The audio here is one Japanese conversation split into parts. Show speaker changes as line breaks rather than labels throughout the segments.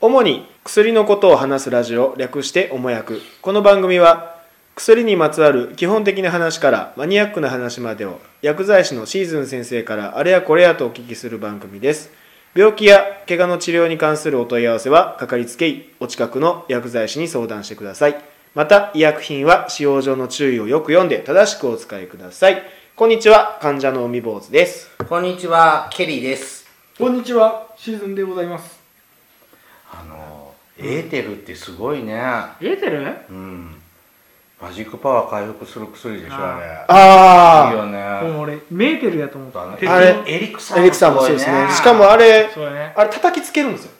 主に薬のことを話すラジオ略しておもやくこの番組は薬にまつわる基本的な話からマニアックな話までを薬剤師のシーズン先生からあれやこれやとお聞きする番組です病気や怪我の治療に関するお問い合わせはかかりつけ医お近くの薬剤師に相談してくださいまた医薬品は使用上の注意をよく読んで正しくお使いくださいこんにちは患者の海坊主です
こんにちは、ケリーです。
こんにちは、シーズンでございます。
あの、エーテルってすごいね。
エーテル
うん。マジックパワー回復する薬でしょ、あれ。いい
あ
よね。
もう俺、メーテルやと思っ
あの
た。
ル
あれ
れ
エリクさ
あ
ん。
エリクさんもそうです
ごい
ねしかもあれ
そうだね。
あれ叩きつけるんですよ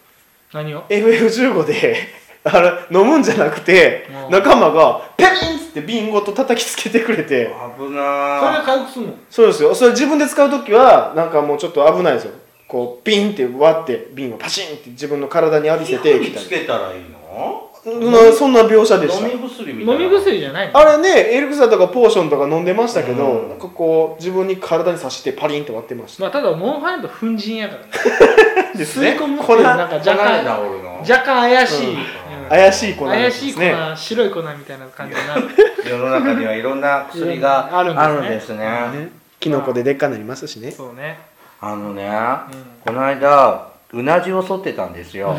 何を
FF15 で あれ飲むんじゃなくて
うん
仲間がペリンっつって瓶ごと叩きつけてくれて
危
それが
な
回復するの
そうですよそれ自分で使う時はなんかもうちょっと危ないですよこうピンって割って瓶をパシンって自分の体に浴び
い。皮
せて
膚
み
に
たい
つけたらいいの
なうんそんな描写
飲み
でした
薬みたい
飲
な。
み薬じゃないの
あれねエルクサとかポーションとか飲んでましたけど、
うん
なんかこう自分に体に刺してパリンと割ってました
まあ、ただ、モンハンやと粉塵やからね。
ですね
吸い込むっていうのはなんか若
じゃない
干、
な、俺の。
若干怪しい。
うん
うん
怪しい粉なんで
怪しい
す
粉、
ね
白い粉みたいな感じに なる。
世の中にはいろんな薬が
あるんですね
あるんですね。
ねキノコででっかなりますしね
そうね。
あのね、
ん
この間、うなじを剃ってたんですよ。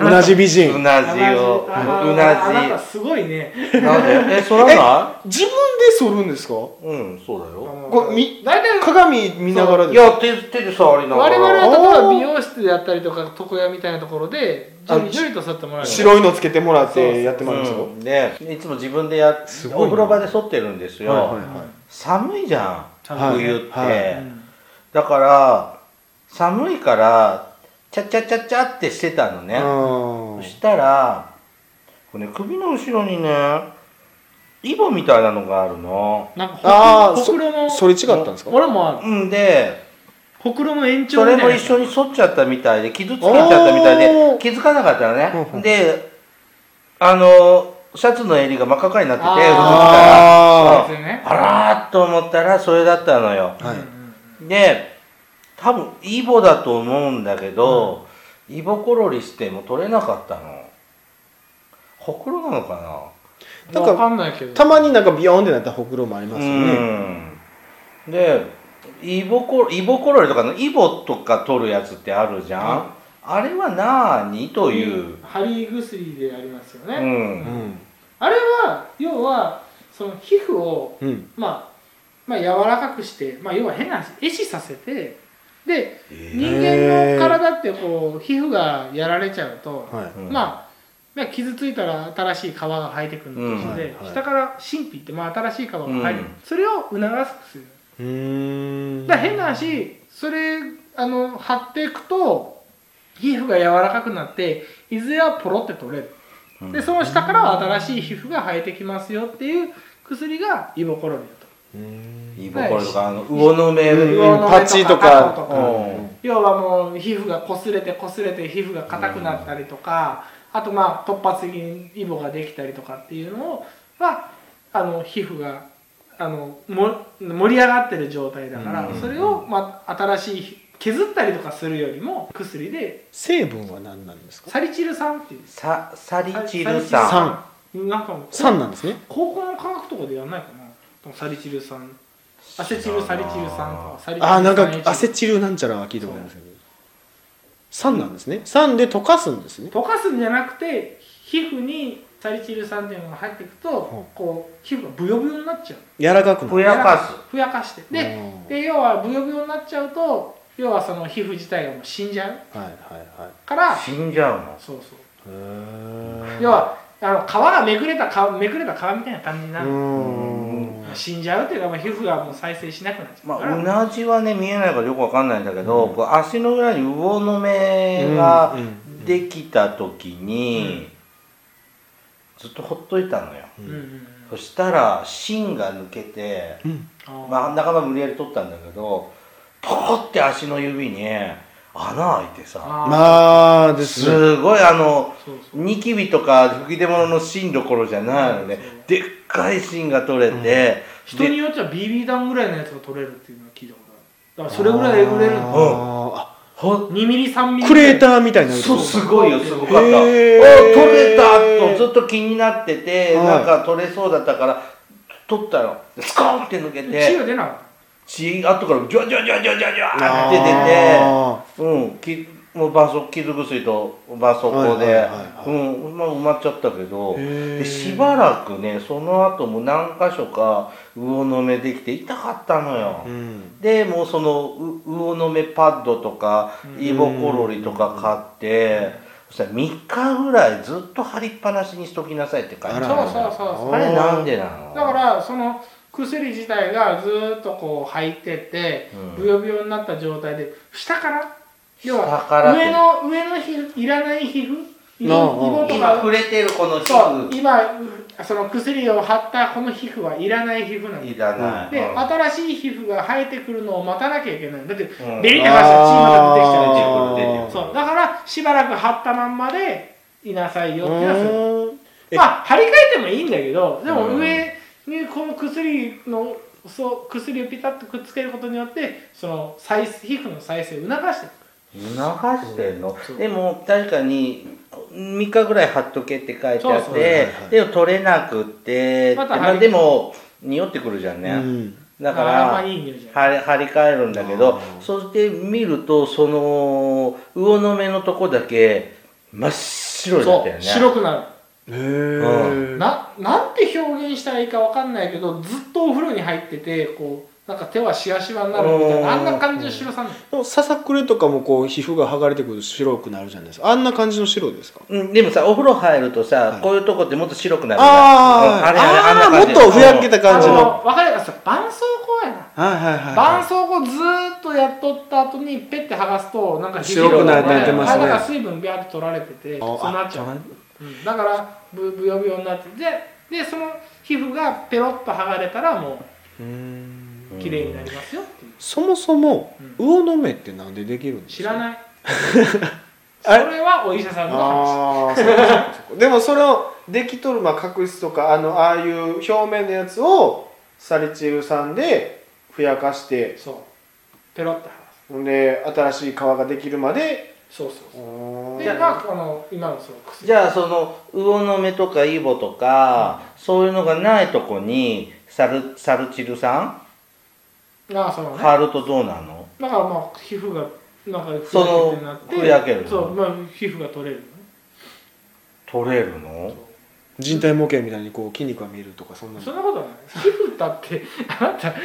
同じ美人
うなじを。
あな
う
あなた
な
すごいね。
じ。なんでえ、そらな
自分で剃るんですか
いうん、そうだよ。
これみ
大体、
鏡見ながら
い
ですか
や、手手で触りなが
我
ら。
々
あ
は例えば美容室であったりとか、床屋みたいなところで、ジョリジョリとさってもらうよね。
白いのつけてもらっ
そうそう
てやってもらいますよ、
うんでいつも自分でやっ
すごいな
お風呂場で剃ってるんですよ、
はいはいはい
寒いじゃん
はい
冬って、
はい
うん
だから寒いからチャチャチャチャってしてたのね、
うん
そしたらこれ、ね、首の後ろにねイボみたいなのがあるの
なんか
あ
ほ
あ
く、
そ
ほくろの、
それ違ったんですか
俺もある。
うんで
ほくろの延長
そ
みた
れ
いな
も一緒に剃っちゃったみたいで傷つけちゃったみたい
おー
で気づかなかったの
ほうほ
ね
う
であのシャツの襟が真っ赤っかになってて
あー
ふ
あ
と見たら
そうですよね
あらーっと思ったらそれだったのよ
ーはい
で多分イボだと思うんだけど、イボコロリしても取れなかったのほくろなのか
な
なんん
か
かかんないけど
たまになんかビヨーンってなったほくろもあり
な
ま
う
すよね
んでイボコロイボコロリとかのイボとか取るやつってあるじゃん、あれはなーにという、
貼り薬でありますよね、
うん
うん
あれは要はその皮膚を、
うん
まあ、まあ柔らかくして、まあ、要は変な壊死させてで人間
へー
の体ってこう皮膚がやられちゃうと、
はい
うん
まあまあ傷ついたら新しい皮が生えてくるのと一緒で、
うんはいはい
下から新皮って、まあ、新しい皮が生えてくる、
うん
それを促す薬
うーん
だから変な話それあの貼っていくと皮膚が柔らかくなっていずれはポロって取れる
うん
でその下からは新しい皮膚が生えてきますよっていう薬がイボコロリだと
うーん
イボコロリとかあの魚の目、
うん
上の目とか
パッチとか
顎と
か
うん
要はもう皮膚が擦れて擦れて皮膚が硬くなったりとか、あとまあ突発的にイボができたりとかっていうのをはあの皮膚があのも盛り上がってる状態だから、
うん
それを、まあ、新しい削ったりとかするよりも薬で
成分は何なんですか
サリチル酸っていう
さサリチル
サ
酸
酸
なんかもう
酸なんですね
高校の科学とかでやんないかなこのサリチル酸アセチルサリチル酸とかサリチル酸
あーなんか
エチル
アセチルなんちゃらは聞いたことありますけど酸なんですね酸で溶かすんですね
溶かすんじゃなくて皮膚にサリチル酸っていうのが入っていくと、
うん
こう皮膚がブヨブヨになっちゃう
柔らかくな
ふ
る
やか
ふやかしてで,、
うん
で要はブヨブヨになっちゃうと要はその皮膚自体がもう死んじゃう
はいはいはい
から
す死んじゃうの
そうそ
へ
う
ー
要はあの皮がめくれた皮めくれた皮みたいな感じに
う
なる、
ーん
死んじゃうっていうか、まあ、皮膚がもう再生しなくなっちゃ
ま
うか
あ、
ら、
うなじはね見えないからよくわかんないんだけど、こう足の裏に魚の目が
うんうん
できた時に、ずっとほっといたのよ、
うんうんうん
そしたら芯が抜けて、
うん
あー
まあ、仲間無理やり取ったんだけどポコって足の指に穴開いてさ
あー
まあですね
すごいあの
そうそう
ニキビとか吹き出物の芯どころじゃないのねでっかい芯が取れて、で
人によっちゃ BB 弾ぐらいのやつが取れるっていうのは聞いたことあるだからそれぐらいえぐれる
あ
の
ーあ
ほ
2ミリ3ミリ
クレーターみたいになるってこ
そう
と
すごいよすごかった、
へー
お取れたとずっと気になってて、
はい
なんか取れそうだったから取ったらスコーンって抜け
血
て
が出なかっ
血後からジョジョジョジョジョジョって出て
あ
うん、きもう絆創傷薬と絆創膏
はいはい
で
は、い
うん、まあ埋まっちゃったけど、
へー
でしばらくね、その後も何箇所か魚の目できて痛かったのよ。
ーうん
でもうそのう魚の目パッドとかイボコロリとか買って、そしたら3日ぐらいずっと貼りっぱなしにしときなさいって書いてあ
あ
る
ら
そうそうそうそう
あれなんでなの
ただからその薬自体がずーっとこう入ってって
うん
ブヨブヨになった状態で下から要
下
は
からって
上の上の皮膚いらない皮膚いイ
ああ
ボと
今
か
触れてるこの皮
そう
膚
今その薬を貼ったこの皮膚はいらない皮膚なんで
いらない。
で、
うん
新しい皮膚が生えてくるのを待たなきゃいけないだって
うん
ベリって出したら血が出てきちゃうじゃん
あー
出てくる出てくる
そうだからしばらく貼ったまんまでいなさいよっていうのはする
うーんえ
まあ張り替えてもいいんだけどでも
うん
上にこの薬のそう薬をピタッとくっつけることによってその再生皮膚の再生を促してい
促
く
してんの
そう
でも確かに3日ぐらい貼っとけって書いてあ
そう
っ
そう
はいはい
て
はい
でも取れなくって
また
で
貼り
でも匂ってくるじゃん
う
ね、
ん
だか
あ
ら
んまいい匂いじゃない
貼り張り替えるんだけ
あ
ど
ー
そして見るとその魚の目のとこだけ真っ白だっ
そ
たよね
う白くな
へ
う
え
るななんて表現したらいいかわかんないけどずっとお風呂に入っててこうなんか手はしわしわになるみたいなあんな感じの白さなの
ささくれとかもこう皮膚が剥がれてくると白くなるじゃないですかあんな感じの白ですか
うん、でもさお風呂入るとさ、
はい
こういうとこってもっと白くなるじゃん
あ
うん
ー
あれあれ
あ
あんな
ーも
感
っ
じ
とふやけた感じの
あ
は
のわかります絆創膏やない
はいはい
絆
は
創膏ずーっとやっとった後にペッて剥がすとなんか
白
くな
っ
ってますね
あれだから水分ビャーって取られてて
い
そうなっちゃ
あ
う、
あ
うんだからブブヨブヨになってででその皮膚がペロッと剥がれたらも
うーん
う綺麗になりますよっていう、
そもそも
うん
魚の目ってなんでできるんですか
知ら ないそ
あれ
れはお医者さんの話
ああそうかそうかそうかでもそれをできとる、まあ、角質とかあのああいう表面のやつをサリチウ酸でふやかして
そうペロッと剥が
ほんで新しい皮ができるまです
そうそうそうう
ーん
でまあこの今のその薬
じゃあその魚の目とかイボとか、そういうのがないとこにサルサルチル酸
がそのね
貼るとどうなの
だからまあ皮膚がなんかふ
そ
や
の
けてなって
ふやけるの
そうまあ皮膚が取れるのね
取れるの
人体模型みたいにこう筋肉が見えるとかそんなの
そんなことない皮膚だってあなた筋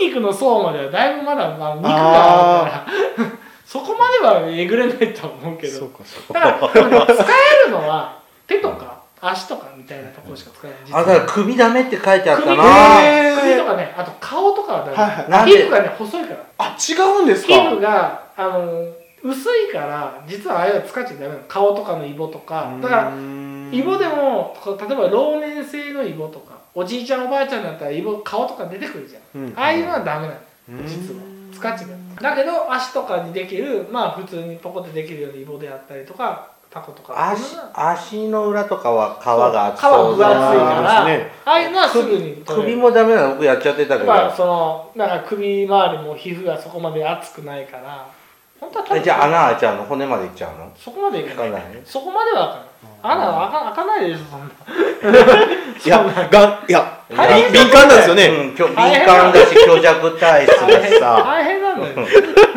肉の層まではだいぶまだ、まあ、肉があるからそこまではえぐれないとは思うけ
そう
ど
かそうか
だから使えるのは手とか足とかみたいなところしか使えない実
あ
は
だから首ダメって書いてあった
首と
な
か
へ
ね
ー
首とかねあと顔とかは
はいはい
な
だ
ん
め
で
皮膚がね細いから
あ違うんです
皮
か
膚があの薄いから実はあれは使っちゃダメなの顔とかのイボとかだからイボでもこう例えば老年性のイボとかおじいちゃんおばあちゃんだったらイボ顔とか出てくるじゃん、
うん
ああいうのはダメなの
うん
実は使っちゃダメだけど足とかにできるまあ普通にポコってできるようなイボであったりとかタコとか
足足の裏とかは皮が厚
そう皮分厚いから
あーそうですね
ああいうのはすぐに取れ
首
る
もダメなの僕やっちゃってた
や
けど
っぱそのなんか首周りも皮膚がそこまで厚くないから本当は多
え
分
じゃあ穴開いちゃうの骨までいっちゃうの
そこまでい
い
かな
か
い
ないね
そこまでは開かない穴は開か開かないでしょそんない
やがんいや
大変
敏感なんですよね、
うん、きょ敏感だし虚弱体質
大
だし
変
さ
大変なのよ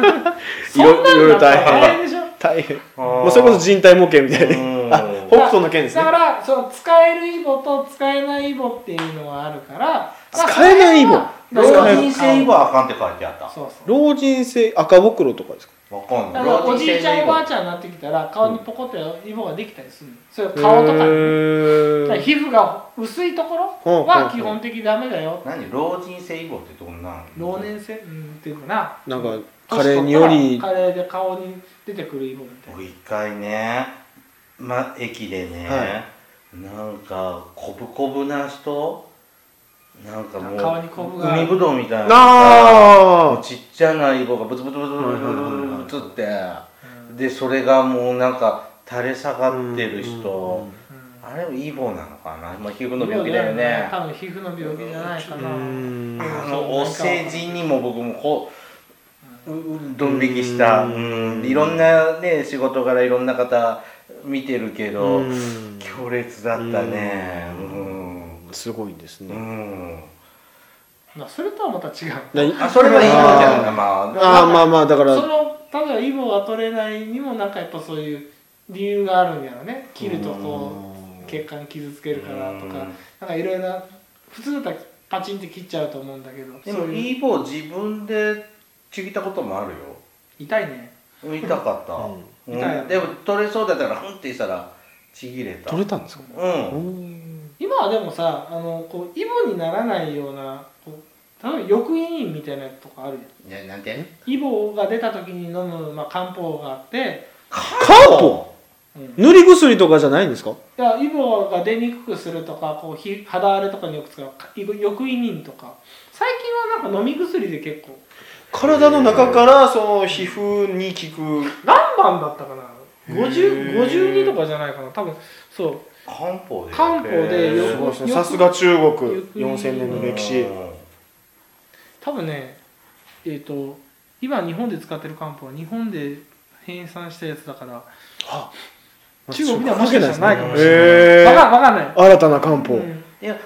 いろいろいろ大変
大変でしょ
大変
も
もうそれこそ人体模型みたいな、あ北斗の剣です
だ
ね
からその使えるイボと使えないイボっていうのはあるから
使えないイボ
まあ
使え
老
ない
人性イボはあかんって書いてあった
そうそう
老人性赤袋とかですか
わかんな
だ
い
からお
老人
じい
性
ちゃん
のイ
お
ボ
ばあちゃんになってきたら顔にポコってイボができたりするのそれは顔とか
へ
にだ
ー
から皮膚が薄いところは基本的にダメだよ
何老人性イボってどんなん
老年性うんっていうかな
なんか加齢により
加齢で顔に出てくるイボみたいな
僕一回ね、ま、駅でね、
は
なんかこぶこぶな人なんかもう
顔にこぶが
海ぶどうみたいなも
あ
うちっちゃなイボがブツブツブツブツブツブツブツってでそれがもうなんか垂れ下がってる人、
うん
あれイボなのかな、まあ、皮膚
うん
の病気だよね
多分皮膚の病気じゃないか
ー
な
うーん
あのお世辞にも僕もこうううドン引きした
うん
うんいろんなね仕事からいろんな方見てるけど
うん
強烈だったねうん
すごいんです
う
ね、
ん
まあそれとはまた違う
何
あそれはいいのじゃ
あ
な
ー
いまあ
あーまあまあだから
そのただイボが取れないにもなんかやっぱそういう理由があるんやろね切るとこう血管傷つけるからと
うん
かなんかいろいろな普通だったらパチンって切っちゃうと思うんだけど
で
そ
も
ういう
イーボー自分でちぎったこともあるよ
痛いね
痛かった、
うん
うん
痛いよ
でも取れそうだったからうんってしたらちぎれた
取れたんですか
うん
うん
今はでもさあのこうイボにならないようなこう例えば抑飲みたいなやつとかあるやん
いやなんて
イボが出た時に飲む、まあ、漢方があって、
漢方
うん、い
塗り薬とかじゃないんですか
やイボが出にくくするとかこうひ肌荒れとかによく使うかイボ抑飲飲とか最近はなんか飲み薬で結構
体の中からその皮膚に効く
何番だったかな
へー
50 52とかじゃないかな多分そう
漢方で
漢方でよ
すごい
よ
ですねさすが中国
よく
4000年の歴史
多分ねえっ、と今日本で使ってる漢方は日本で編纂したやつだから中国ではもしかしたらないかもし
へー
れないわかわかんない、
新たな漢
う
方
ん
いや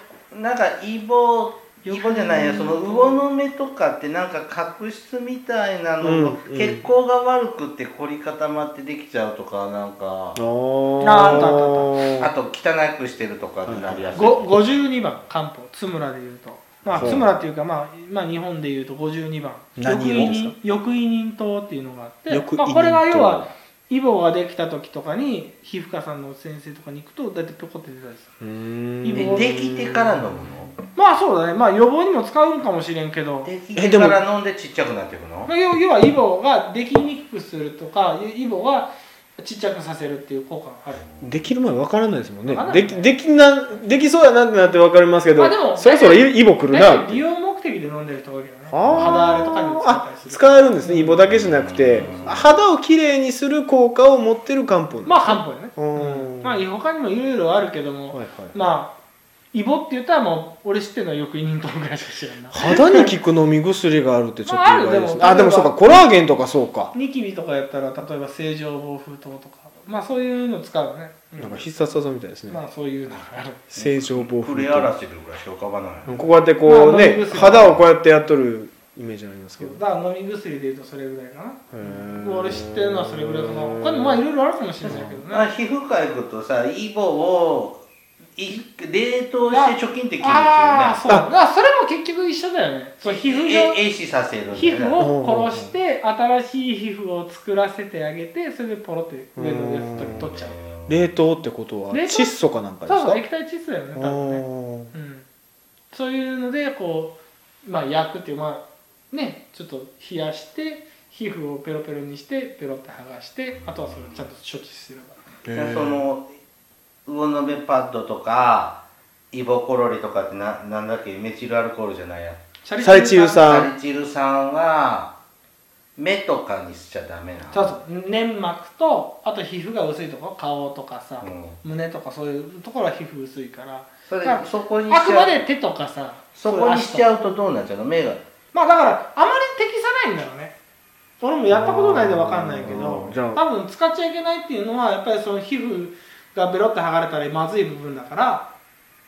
なんかイボイボじゃないやその魚の目とかってなんか角質みたいなの、
うんうん
血行が悪くて凝り固まってできちゃうとかなんか
あ
ああ
ー
った
あと汚くしてるとかってなりやすい、
ご52番漢方津村でいうとまあ
ほう
津村っていうか、まあ、まあ日本でいうと52番
何
抑
色
異
です
人抑異人糖っていうのがあって
よく
まあ、これが要はイボができた時とかに皮膚科さんの先生とかに行くと大体ピョコって出たりする
うーん
イ
えできてから飲む
まあそうだねまあ予防にも使うんかもしれんけど
のでき
え
て
でも
から飲んでちっちゃくなっていくの
まあ要要はイボができにくくするとかイボがちっちゃくさせるっていう効果がある
できる前わからないですもんね
わからな
で
い
きできなできそうやなってなってわかりますけど
まあでも
そろそろイイボ来るな
大
っ
体
て
美容目的で飲んでる人が多いけどね
あー
肌荒れとかにも使ったりする
使えるんですねイボだけじゃなくて
うん
肌をきれいにする効果を持ってる漢方なんですね
まあ漢方やね、
うん
まあ他にもいろいろあるけども、
はいはい
まあイボって言ったらもう俺知ってるのはよくイニントンぐらいしか知らんな
肌に効く飲み薬があるってちょっと意外ですね
まあ
あ
あ
で
るでも
もそうかコラーゲンとかそうか
ニキビとかやったら例えば正常防風糖とかまあそういうの使うよね、うん
なんか必殺技みたいですね
まあそういうのがある
正常防
触
風
れ
と
荒らしてるぐらいしか浮かばない、
こうやってこう
まあ飲み
ね
薬
肌をこうやってやっとるイメージありますけどへ
だから飲み薬で言うとそれぐらいかな
ー
俺知ってるのはそれぐらいかな他にもまあいろいろあるかもしれないけどね
あ皮膚科行くとさイボをい冷凍して貯金できるっていうね
ああそうだからそれも結局一緒だよねそう皮膚上
ええ壊死させるんだよね
皮膚を殺して新しい皮膚を作らせてあげてそれでポロって上のやつと取っちゃう
冷凍ってことは
冷凍
窒素かなんかです
多
か
分液体窒素だよね多分ね
あ
うんそういうのでこうまあ焼くっていうまあねちょっと冷やして皮膚をペロペロにしてペロって剥がしてあとはそれをちゃんと処置すれば
ー
で
へー
その魚の目パッドとかイボコロリとかってななんだっけメチルアルコールじゃないや
シャ
サリチウ酸
サリチル酸は目とかにしちゃダメなの
そうそう粘膜とあと皮膚が薄いところ顔とかさ、
うん
胸とかそういうところは皮膚薄いから
それ
だから
そこに
あ
し
く
ち
ま
ゃう
で手とかさ
そこにしち
ういう足と
ゃ
か
うとどうなっちゃうの目が
まあだからあまり適さないんだろうね俺もやったことないで分かんないけ
う
ど
んじゃあ
多分使っちゃいけないっていうのはやっぱりその皮膚がベロって剥がれたらまずい部分だから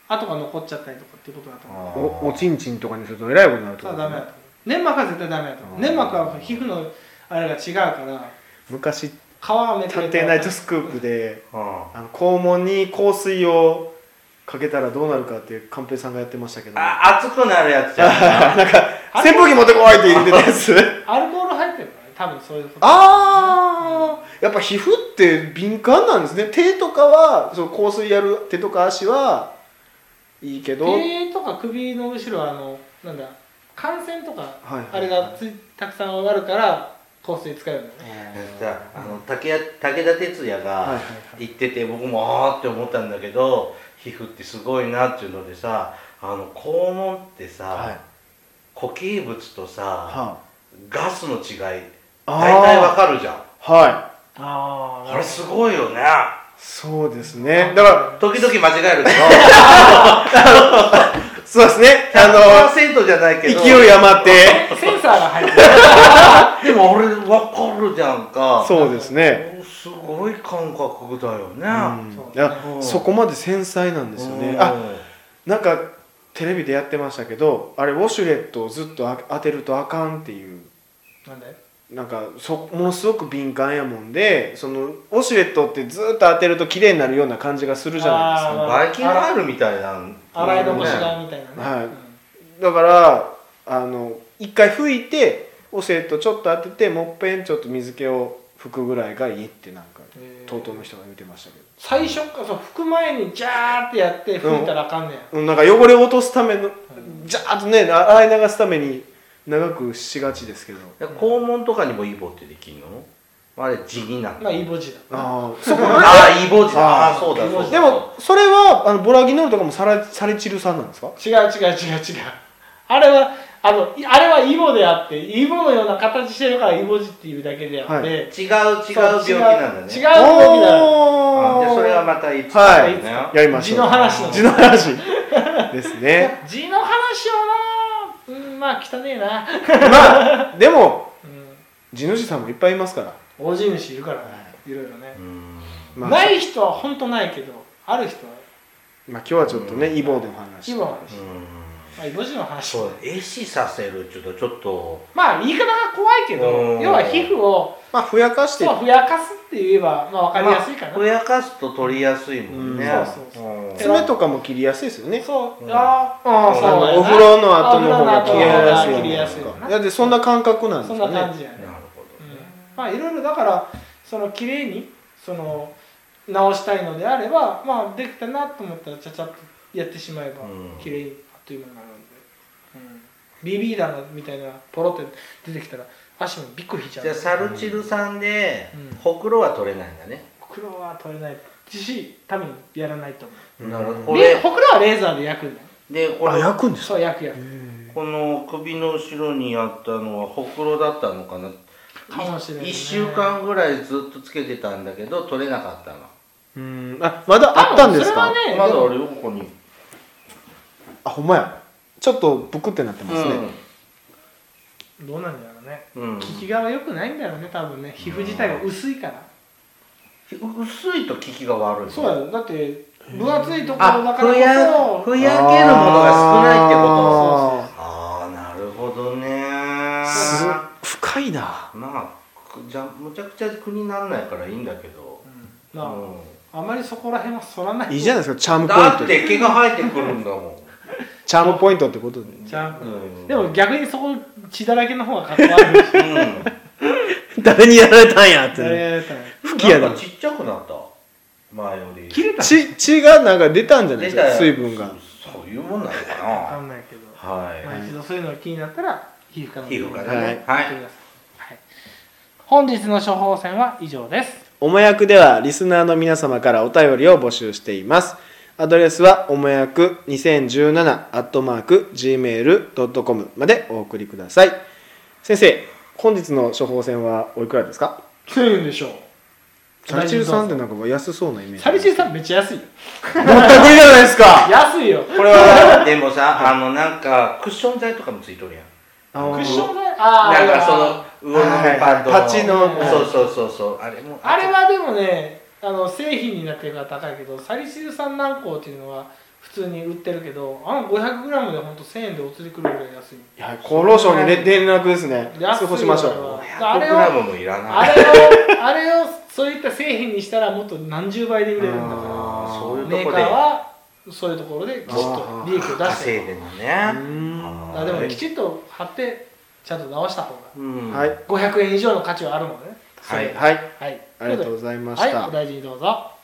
跡が残っちゃったりとかっていうことだと思う
おおちんちんとかにするとえらいことになるって
そ
こ
れ
と
は
ね
ダメだと思う粘膜は絶対ダメだと思
う
うん粘膜は皮膚のあれが違うから
昔
皮が
「
めっちゃ
探偵ナイトスクープ」で
うん
あの肛門に香水をかけたらどうなるかって寛平さんがやってましたけどなんか
あ熱くなるやつじゃん
扇風機持ってこいって言ってたやつ
アルコール入ってるからね多分そういうこと
ああやっぱ皮膚って敏感なんですね手とかはその香水やる手とか足はいいけどはい
手とか首の後ろはあのなんだ感染とか
はい
あれがついたくさん上がるから香水使えるんだよね
さあの武田武田鉄矢
はいはい
が
はい
行ってて僕もああって思ったんだけど皮膚ってすごいなっていうのでさあの肛門ってさ、
はい
固形物とさ、
は
ガスの違い
あー
大体わかるじゃん
はい
あ
これすごいよね
そうですねだから
時々間違えるけど
そうですね。あ
100%じゃない
の、
けど
勢い余って。
センサーが入って
でも俺分かるじゃんか
そうですね。
すごい感覚だよ
うん、
ね、
あそこまで繊細なんですよね。あなんかテレビでやってましたけどあれウォシュレットをずっとあ当てるとあかんっていう
るなんで
なんかそものすごく敏感やもんでそのウォシュレットってずっと当てると綺麗になるような感じがするじゃない
あ
で
バイキンガールみたいな
洗い残し
ね
がみたいなね、
はい
う
す
ん
かだからあの一回拭いてウォシュレットちょっと当ててもっぺんちょっと水気を拭くぐらいがいいってなんか
へー
TOTO の人が言ってましたけど。
最初からそう拭く前にジャーってやって拭いたらあかんねん、
うんなんか汚れを落とすためのジャーッとね洗い流すために長くしがちですけど
で肛門とかにもイボってできんのあれ地になる
まあイボ痔だ
ああそこ
ああイボ痔だ
あー
あーそうだそうだ
でもそれはあのボラギノールとかもさらされ散るさんなんですか
違う違う違う違うあれはあのいあれはイボであってイボのような形してるからイボ痔っていうだけであって、
はい
違う違う病気なんだね
そう違う違う
あ
病気だ
あじゃあそれはまたいつかね
はいやりましょう
地の話の
地の話です ね
痔の話はなうんまあ汚ねえな、
まあでも
うん、
地主さんもいっぱいいますから、
大地主いるからねいろいろね
う、ん
まあ、
ない人は本当ないけどある人は
まあ今日はちょっとねイボでの話
イボの話、
うん
まあ、イボ痔の話
そう壊死させるっていうとちょっと
まあ言い方が怖いけ
う
ど
ん
要は皮膚を
まあふやかして
そうふやかすって言えば、まあ、分かりやすいかな、
ふやかすと取りやすいもんね
うん
そうそうそ
うん
爪とかも切りやすいですよね
そう、
うん
あー
あ
あー、そうやな
のお風呂の後の方が切りやすい
お風呂の後の方が切り
や
や
す
す
い
い
か
よ
だってそんな感覚なんで
そ
す
ん
か
な
ね
感じやね、
なるほ
う
ど
ん
ね
まあいろいろだからその綺麗にその直したいのであればまあできたなと思ったらちゃちゃっとやってしまえば
うん
綺麗にあっという間になるんで、うん、BB 弾みたいなポロって出てきたら足もびっくり引いちゃう
じゃあサルチルさんで
うん
ほくろは取れないんだね
ほくろは取れないし多分やらないと思う
うん
なるほど
こ
こ
レ
れ
ーほくろはレーザーで焼くんだよ
でこ
あ
れ
焼くんですか
そう焼く焼く
この首の後ろにあったのはほくろだったのかな
かもしれないね
1週間ぐらいずっとつけてたんだけど取れなかったの
うんあまだあったんですか
多分それはね
ま
で
だ
も
俺ここに
あほんまやちょっとブクってなってますね、
どうなんだろうね
うんうん
効きが良くないんだろうね多分ね皮膚自体が薄いから、
薄いと効きが悪い
そうだよだって分厚いところ
あ
だか
ふ
ら
や
こそ
ふやけるものが少ないってこと
あー
ああなるほどね
す深いな
まあくじゃむちゃくちゃ苦にならないからいいんだけど、
なあ
うん
あまりそこら辺は反らない
いいじゃ
ん
ないですかチャームポイ
だっ
ント
て毛が生えてくるんだも
チャームポイントってことで
じゃん、
うん
でも逆にそこ血だらけの方がかっこ悪いし
ん、うん
誰にやられたんやっ
誰
て
やったら
吹き矢
な
だ
んかちっちゃくなった前より
切れた
血血がなんか出たんじゃないで
出
す
た
か水
よ
分が
そういうもんなの
わか
か
んないけど、
なはい、
まあ、一度そういうのが気になったら皮膚科の
皮膚科
だ
だ
ね
ね
はい、はい本日の処方箋は以上です
おもやくではリスナーの皆様からお便りを募集していますアドレスはおもやく2017アットマーク Gmail.com までお送りください先生本日の処方箋はおいくらですか
1000円でしょう
サリチルさんってなんか安そうなイメージ
サリチンさんめっちゃ安いよ
全くいいじゃないですか
安いよ
これはでもさあのなんかクッション材とかもついとるやん
あの
クッション材あ
な
ー
んかその魚のパッド
はいはいパチの
そうそうそうそうあれも
あれはでもねあの製品になってるから高いけどサリシル酸軟膏っていうのは普通に売ってるけどあの 500g でほんと1000円でお釣りくるぐらい安い
いや厚労省に連連絡ですね
安いよ
通報しましょ
これ
う
は
100グラムもいら
あ
ない
れをあれをそういった製品にしたらもっと何十倍で売れるんだか
あー
そうい
ら
う
メ
と
ー
こ
カ
で
ーはそういうところできちっ
あ
と
ー
利益を出して
稼い
る
でんのね
う
あ
ん
ー
あでもきちっと貼ってちゃんと直した方が
うん
はい
500円以上の価値はあるのでね
はい
はい
はい
ありがとうございま
ま
した、
はいお大事にどうぞ